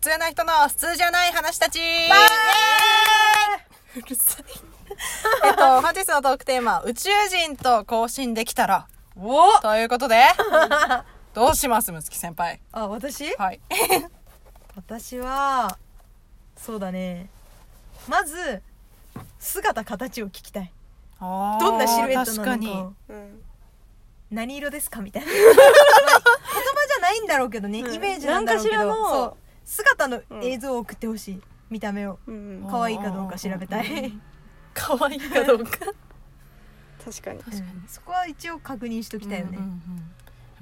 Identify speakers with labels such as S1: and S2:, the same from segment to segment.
S1: 通な人の普通じゃない話たちイエーイうるさい。えっと、本日のトークテーマ、宇宙人と交信できたら、
S2: お
S1: ということで、どうします、むつき先輩。
S2: あ、私
S1: はい。
S2: 私は、そうだね。まず、姿形を聞きたい。ど
S1: ど
S2: んなシルエット
S1: 確
S2: なの
S1: か
S2: か
S1: に。。
S3: うん
S2: 何色ですかみたいな。まあ言葉じゃないんだろうけどね。
S3: うん
S2: イメージなんだろうけど。
S3: なんかしらの
S2: そう姿の
S3: うん
S2: 映像を送ってほしい。見た目を。
S3: うん
S2: 可愛いかどうか調べたい。
S1: 可愛いか どうか。
S3: 確かに
S1: 確かに
S2: うんそこは一応確認しときたいよね。
S1: うんうんうんや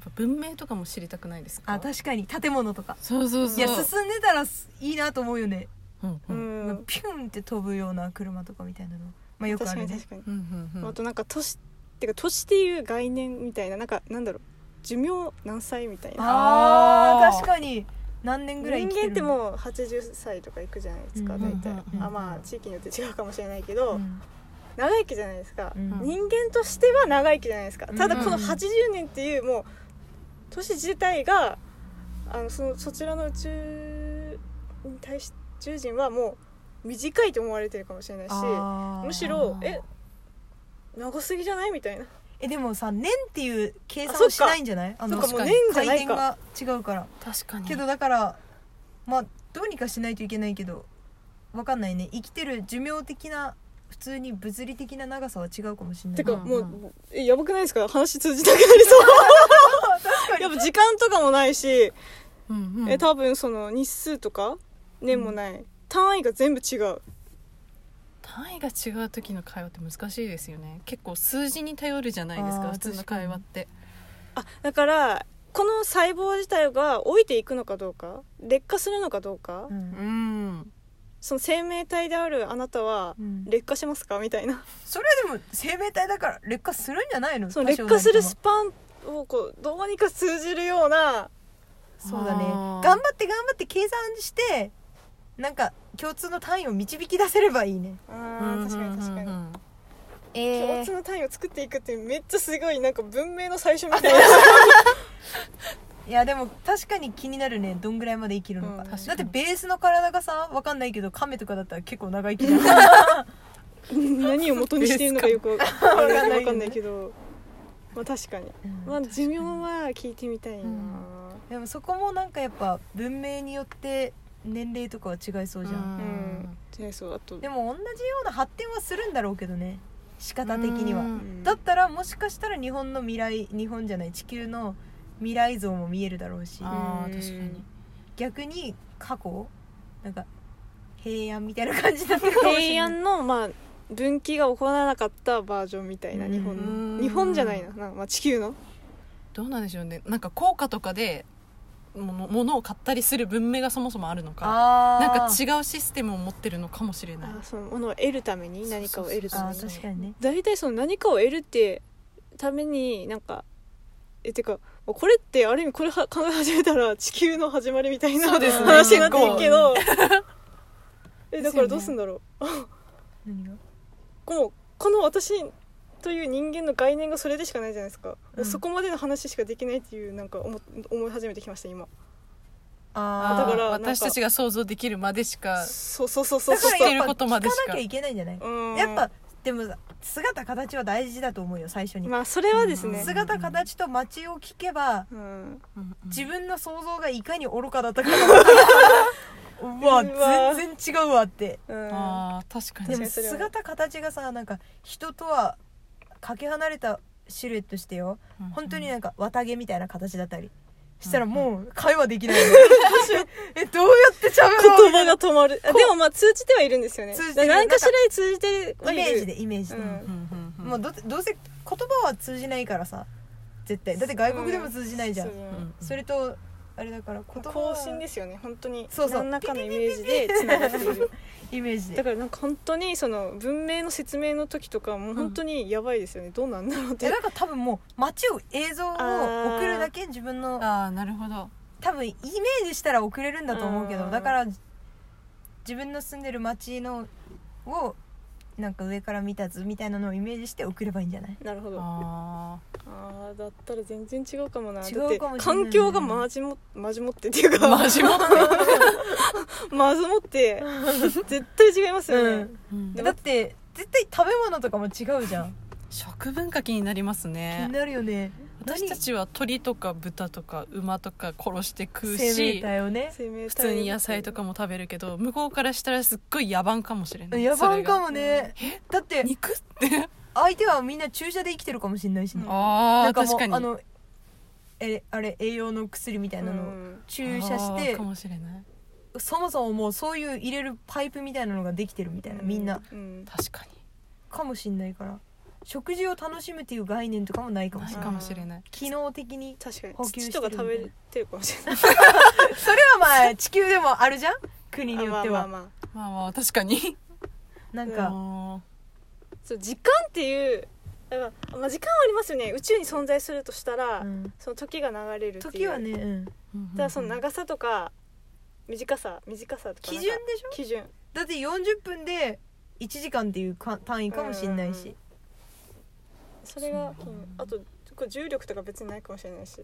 S1: っぱ文明とかも知りたくないですか
S2: あ、確かに。建物とか。
S1: そうそうそう。
S2: いや、進んでたらすいいなと思うよね。
S1: うんう
S3: うんん
S2: ピュンって飛ぶような車とかみたいなの。まあよくあ
S3: 確か
S2: る
S3: に
S2: ね
S3: 確。かに
S1: うんうんうん
S3: あとなんか都市ってか都市っていう概念みたいななんかなんだろう寿命何歳みたいな
S2: あ
S1: あー
S2: ー確かに何年ぐらい
S3: 人
S2: 生きて
S3: 間
S2: る
S3: ってもう80歳とかいくじゃないですか
S2: う
S3: 大
S2: んうんうん
S3: 体
S1: うん
S3: あまあ地域によって違うかもしれないけど
S2: ん
S3: 長生きじゃないですか
S2: うん
S3: 人間としては長生きじゃないですかただこの
S2: うんうん
S3: 80年っていうもう年自体があのそのそちらの宇宙に対し宇宙人はもう短いと思われてるかもしれないし
S2: あー
S3: むしろ
S1: あー
S3: え長すぎじゃないみたいな
S2: えでもさ年っていう計
S3: あ
S2: 算
S3: そっ
S2: を
S3: か
S2: しないんじゃないあ
S3: そ
S2: の
S3: っかも
S1: 確
S3: う
S1: か
S3: 年
S1: に
S3: じゃ
S2: 回
S3: ない
S2: 転
S3: か
S2: が違うから
S1: 確かに。
S2: けどだからまあどうにかしないといけないけどわかんないね生きてる寿命的な普通に物理的な長さは違うかもしれな
S3: て
S2: い
S3: か
S1: うん
S3: も
S1: う
S3: うんえやばくないですか話通じなくなりそう
S2: 確か
S3: やっぱ時間とかもないし
S1: うんうん
S3: え多分その日数とか年もない、単位が全部違う
S1: 単位が違う時の会話って難しいですよね結構数字に頼るじゃないです
S2: あ
S1: か
S2: ー
S1: 普通の会話って
S3: あだからこの細胞自体が老いていくのかどうか劣化するのかどうか、
S2: うん
S1: ん
S3: その生命体であるあなたは
S2: うん
S3: 劣化しますかみたいな
S2: それはでも生命体だから劣化するんじゃないの
S3: その
S2: 多
S3: 劣
S2: 少
S3: 化する
S2: なり
S3: ス
S2: とも
S3: パンをこうどうにか通じるような
S2: そうだね
S1: あー
S2: 頑張って頑張って計算してなんか共通の単位を導き出せればいいね
S3: あー確かに確かに
S2: え
S3: 共
S2: え
S3: 通の単位を作っていくってめっちゃすごいなんか文明の最初みたいな
S2: いやでも確かに気になるねどんぐらいまで生きるのか,、
S3: うん確かに
S2: だってベースの体がさわかんないけど亀とかだったら結構長生きじゃん
S3: 何を元にしているのかよくわ
S2: かんない
S3: わかんないけどまあ確かにまあ寿命は聞いてみたいな、
S2: うんでもそこもなんかやっぱ文明によって年齢とかは違いそうじゃん、
S3: うんでそうあと
S2: でも同じような発展はするんだろうけどね仕方的には、
S1: うん
S2: だったらもしかしたら日本の未来日本じゃない地球の未来像も見えるだろうし
S1: あ
S3: うん
S1: ー確かに
S2: 逆に過去なんか平安みたいな感じだったかもしれない
S3: 平安のまあ分岐が起こらなかったバージョンみたいな
S2: うん
S3: 日本
S1: うん
S3: の日本じゃないななまあ、地球の
S1: どうなんでしょうねなんか効果とかでものものを買ったりする文明がそもそもあるのか
S2: あー
S1: なんか違うシステムを持ってるのかもしれない
S3: あそのものを得るために何かを得るた
S2: あ
S3: め
S2: ー
S3: に
S2: 確かにね
S3: 大体その何かを得るってためになんかえてかこれってある意味これは考え始めたら地球の始まりみたいな
S1: そうですね
S3: 話になってるけど えだからどうすんだろう
S2: 何が
S3: もうこの私という人間の概念がそれでしかないじゃないですか、
S2: うん
S3: そこまでの話しかできないっていうなんか思思い始めてきました今
S2: あ
S1: あ
S2: ー
S1: ー
S3: だからなんか
S1: 私たちが想像できるまでしか
S3: そうそうそうそう
S2: だ
S3: そ
S2: から
S3: う
S1: 知って
S2: や
S1: る
S2: っぱ
S1: こと
S2: 聞
S1: ま
S2: か
S1: でしか
S2: なきゃいけないんじゃない
S3: うん
S2: やっぱでも姿形は大事だと思うよ最初に、
S3: まあそれはですね、
S2: 姿形と街を聞けば
S3: うん、
S2: 自
S1: 分
S2: 分の想像がいかに愚かだったかう
S3: わ
S2: わ全然違うわって
S3: うん、
S1: あー確か
S2: で
S1: に
S2: も
S3: それは
S2: 姿形がさなんか人とはかけ離れたシルエットしてよ本当になんか綿毛みたいな形だったりしたらもう会話できないよ えどうやって喋ろう
S3: 言葉が止まるあでもまあ通じてはいるんですよね
S2: 通じてる
S3: 何かしら通じてはい
S2: イ
S3: る
S2: メージでイメージで、
S3: うん
S2: もうどどうせ言葉は通じないからさ絶対だって外国でも通じないじゃん、
S3: うん
S2: それとあれだから言葉
S3: 更
S2: は
S3: 新ですよね本当に
S2: そうそう
S3: 何らかのイメージでつながってる
S2: イメージ
S3: だ
S2: で
S3: からなんか本当にその文明の説明の時とかもう本当にやばいですよね、どうなんだろうっ
S2: え
S3: て
S2: なんか多分もう街を映像を送るだけ自分の
S1: ああなるほど
S2: 多分イメージしたら送れるんだと思うけ
S3: う
S2: ど
S3: ん
S2: だから自分の住んでる街のをなんか上から見た図みたいなのをイメージして送ればいいんじゃない
S3: なるほどあ
S1: あ
S3: あーだったら全然違うかもな
S2: 違
S3: だって
S2: うかもしれないね
S3: 環境がまじも まじもってっていう
S1: あ
S3: か
S1: マジも
S3: まずもって絶対違いますよね、
S1: うん
S2: だって絶対食べ物とかも違うじゃん
S1: 食文化気になります
S2: 気に
S1: ね
S2: なるよね
S1: 私たちは鳥とか豚とか馬とか殺して食う
S2: 生命
S1: し
S2: 体をね
S3: 生命体
S1: 普通に野菜とかも食べるけど向こうからしたらすっごい野蛮かもしれない
S2: 野
S1: それ
S2: 蛮
S1: が
S2: かもね
S1: え
S2: だって
S1: 肉って
S2: 相手はみんな注射で生きてるかもしれないしね、
S1: あ
S2: な
S1: あ
S2: んかも
S1: 確
S2: う
S1: かに
S2: あのえあれ栄養の薬みたいなの
S3: う
S2: を
S3: ん
S2: 注射し
S1: あー
S2: て
S1: かもしれない
S2: そもそももうそういう入れるパイプみたいなのができてるみたいなみんな
S3: うん
S1: 確か
S2: かもしんないから食事を楽しむっていう概念とかもないか
S1: に
S2: もし
S1: ない
S2: れな
S1: か
S2: い
S1: もしれない
S2: 機能的 に
S3: 確かに
S2: 補給して
S3: 土
S2: る
S3: と
S2: みた
S3: か
S2: いな
S3: 食べてるかもしれない
S2: それはま あ地球でもあるじゃん国によっては
S3: あまあまあま
S1: まあまあ確かに
S2: なん
S1: あ
S2: か
S1: ー
S3: あそう時間っていうだからまあ時間はありますよね宇宙に存在するとしたら、
S2: うん
S3: その時が流れるっていう
S2: 時はねうん
S1: うんうんうん
S3: だからその長さとか短さ短さとか
S2: 基
S3: なんか
S2: 準でしょ
S3: 基準
S2: だって40分で1時間っていうか単位かもしんないし
S3: それが
S1: そうなんだ
S3: あとこれ重力とか別にないかもしれないし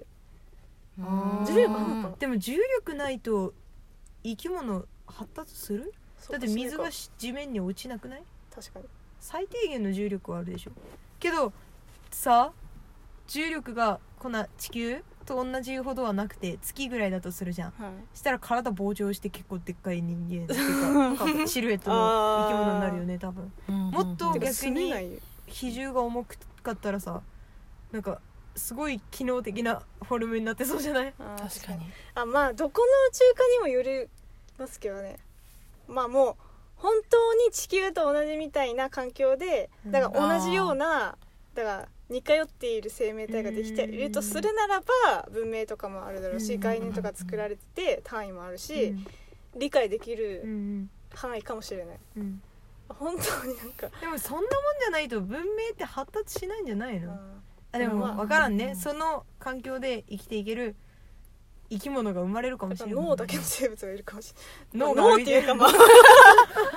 S1: うん
S3: 重力あんのか
S2: でも重力ないと生き物発達するだって水が
S3: そう
S2: し地面に落ちなくない
S3: か確かに
S2: 最低限の重力はあるでしょけどさ重力がこんな地球と同じほどはなくて月ぐらいだとするじゃん
S3: はい
S2: したら体膨張して結構でっかい人間っていう かなんかシルエットの生き物になるよね多分
S1: うん
S2: もっと
S3: てか
S2: 逆に
S3: 住めないよ
S2: 比重が重かったらさなんかすごい機能的なフォルムになってそうじゃない
S3: あー
S1: 確かに
S3: あまあどこの宇宙化にもよりますけどねまあもう本当に地球と同じみたいな環境で
S2: うん
S3: だから同じような、だから似通っている生命体ができているとするならば文明とかもあるだろうし、
S2: うん
S3: 概念とか作られてて単位もあるし、
S2: うん
S3: 理解でき
S2: う
S3: る
S2: ん
S3: 範囲かもしれない
S2: うんうん
S3: 本当になんか、
S2: でもそんなもんじゃないと文明って発達しないんじゃないのあでも
S3: まあ
S2: 分からん
S1: う
S2: ね
S1: ん
S2: その環境で生きていける生き物が生まれるか
S3: う
S2: も
S3: ん、
S2: し
S3: だ
S2: れ
S3: から
S2: ない
S3: 脳だけの生物がいるかもしれない
S2: 脳が
S3: 脳
S2: 歩
S3: っ
S2: い
S3: て
S2: て
S3: い
S2: る
S3: うかまあ考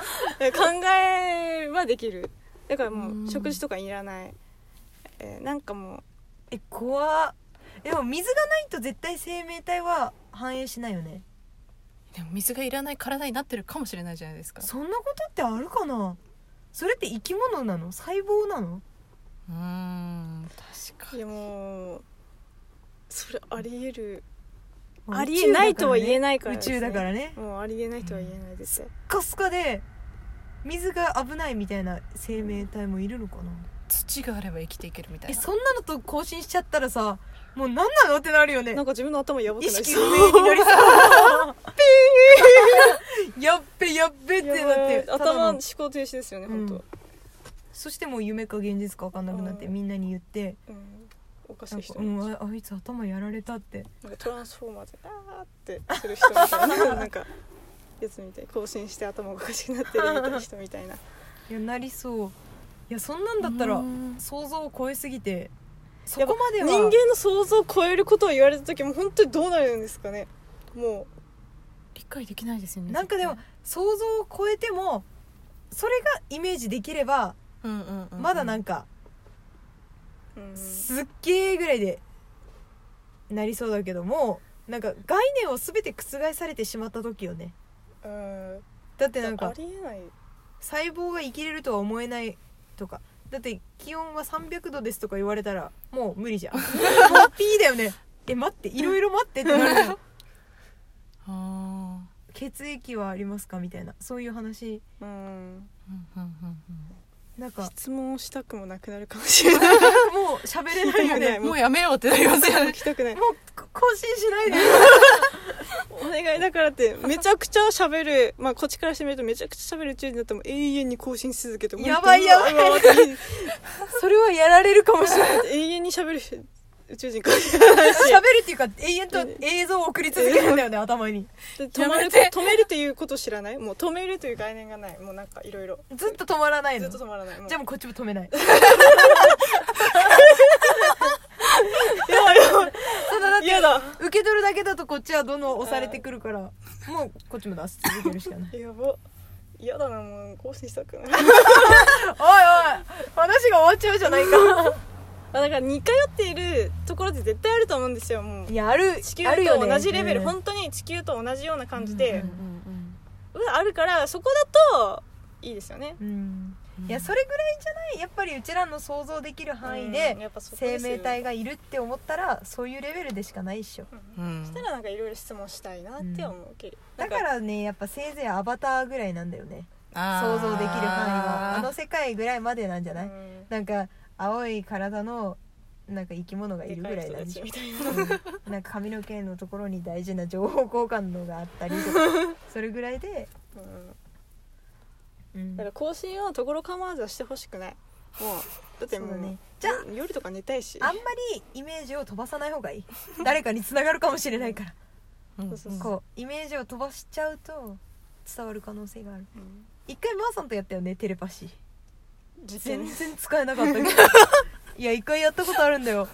S3: えはできるだからもう食事とかいらない、えーなんかもう
S2: え怖っでも水がないと絶対生命体は繁栄しないよね
S1: でも水がいらない体になってるかもしれないじゃないですか
S2: そんなことってあるかなそれって生き物なの細胞なの
S1: うーん確か
S3: い
S1: に
S3: やもうそれありえる、
S2: ま
S3: ありえないとは言え
S2: な
S3: ないからですね
S2: 宇宙だからね
S3: もうありえないとは言えないです、
S2: スカスカで水が危ないみたいな生命体もいるのかな
S1: 土があれば生きていけるみたい
S2: え
S1: な
S2: そんなのと交信しちゃったらさもう何なのってなるよね
S3: なんか自分の頭やばく
S2: 意
S3: なり
S2: 識
S3: そう
S2: 不明 になりそうピーやっべやっべって
S3: や
S2: な
S3: ば
S2: っ
S3: い
S2: てただ
S3: 頭
S2: の
S3: 思考停止ですよね、
S2: うん
S3: 本
S2: そしてもう夢か現実か分かんなくなって
S3: うん
S2: みんなに言って
S3: 当、うん、おかし
S2: なん
S3: い
S2: か
S3: 人、
S2: うん、ああいつ頭やられたって
S3: なんかトランスフォーマーズあーってする人みたいななんかやつみたい更新して頭がおかしくなってるみたいな人みたいない
S2: やなりそういやそんなんだったら
S1: うん
S2: 想像を超えすぎてそ
S3: やっぱ
S2: こまで
S3: 人
S2: は
S3: 間の想像を超えることを言われた時も本当にどうなるんですかねも
S1: 理解できないですよね
S2: なんかでも想像を超えてもそれがイメージできれば
S1: うんうんうんうん
S2: まだなんか
S3: う、うん、
S2: すっげーぐらいでなりそうだけどもなんか概念を全て覆されてしまった時よね
S3: うん
S2: だってなん
S3: あ
S2: か
S3: りえない
S2: 細胞が生きれるとは思えないとかだって気温は300度ですとか言われたらもう無理じゃんもうピーだよねえ待っていろいろ待ってってなるじゃん
S1: あ
S2: 血液はありますかみたいなそういう話
S3: うん
S1: ーうんうんうんうん
S2: なんかも
S3: 質問をしたくもなくなるかもしれない
S2: う喋れないよね
S3: もう
S1: もうやめようってなりますよ
S3: 聞
S1: ね
S3: きたくない
S2: もう更新しないで
S3: お願いだからってめちゃくちゃ喋るまあこっちからしてみるとめちゃくちゃ喋る中になっても永遠に更新し続けてもう
S2: やばいやばいう
S3: わうわうわって
S2: それはやられるかもしれない
S3: 永遠に喋るし宇宙人か
S2: 喋るっていうか永遠と映像を送り続けるんだよね頭に
S3: で止まる
S1: やめて
S3: 止めるっていうこと知らないもう止めるという概念がないもうなんかいろいろ
S2: ずっと止まらない
S3: ずっ
S2: の
S3: と止まらないもう
S2: じゃあもうこっちも止め ないただだって
S3: 嫌だ
S2: 受け取るだけだとこっちはどんどん押されてくるからもうこっちも出し続けるしかない
S3: やば嫌だなもう更新したくない
S2: おいおい話が終わっちゃうじゃないか
S3: まあだから似通っているところって絶対あると思うんですよもう
S2: いやある
S3: 地球
S2: あるよ
S3: と
S2: ね
S3: 同じレベル、
S2: うん
S3: 本当に地球と同じような感じ
S2: うん
S3: で、うんあるからそこだといいですよね
S2: うんうんいやそれぐらいじゃないやっぱりうちらの想像できる範囲で
S3: うんやっぱそこ
S2: 生
S3: ですよ
S2: 命体がいるって思ったらそういうレベルでしかないっしょ
S3: うん
S1: うん
S3: そしたらなんかいろいろ質問したいなって思うけど、
S2: だ
S3: な
S2: か
S3: ん
S2: らねやっぱせいぜいアバターぐらいなんだよね
S1: あー
S2: 想像できる範囲はあの世界ぐらいまでなんじゃない、
S3: うん
S2: なんか青い体のなんか生き物がい
S3: で
S2: る
S3: か
S2: ぐ
S3: い
S2: らい
S3: 人
S2: なん
S3: た
S2: でし
S3: ち
S2: ょ
S3: みたいな
S2: うんなんか髪の毛のところに大事な情報交換のがあったり とかそれぐらいで、
S3: うん
S2: うん
S3: だから更新はところ構わずはしてほしくないもうだって
S2: そう
S3: もう
S2: だねじゃあ
S3: 夜夜とか寝たいし
S2: あんまりイメージを飛ばさない方がいい誰かにつながるかもしれないから
S1: うん
S3: そうそうそう
S2: こうイメージを飛ばしちゃうと伝わる可能性がある
S3: うん
S2: 一回マーさんとやったよねテレパシー
S3: 実践
S2: 全然使えなかったけど いや一回やったことあるんだよ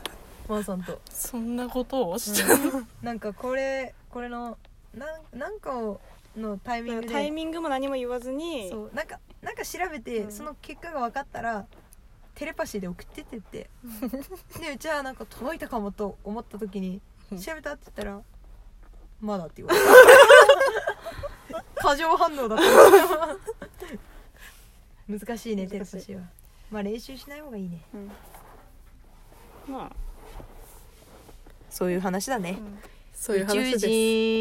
S2: マーさんと
S1: そんなことをしちゃ
S2: うんなんかこれこれのなんなんかをのタイミング
S3: タイ
S2: で
S3: ミングも何も言わずに
S2: そうなんかなんか調べて、
S3: うん
S2: その結果が分かったらテレパシーで送ってってって でうちはなんか届いたかもと思った時に
S1: うん
S2: 調べたって言ったら「まだ」って言われた過剰反応だった 難しいねテレパシーはまあ練習しない方がいいね
S3: うんまあ
S2: そういう話だね
S3: うん
S1: そういう
S2: 宇宙
S1: 話です
S2: 人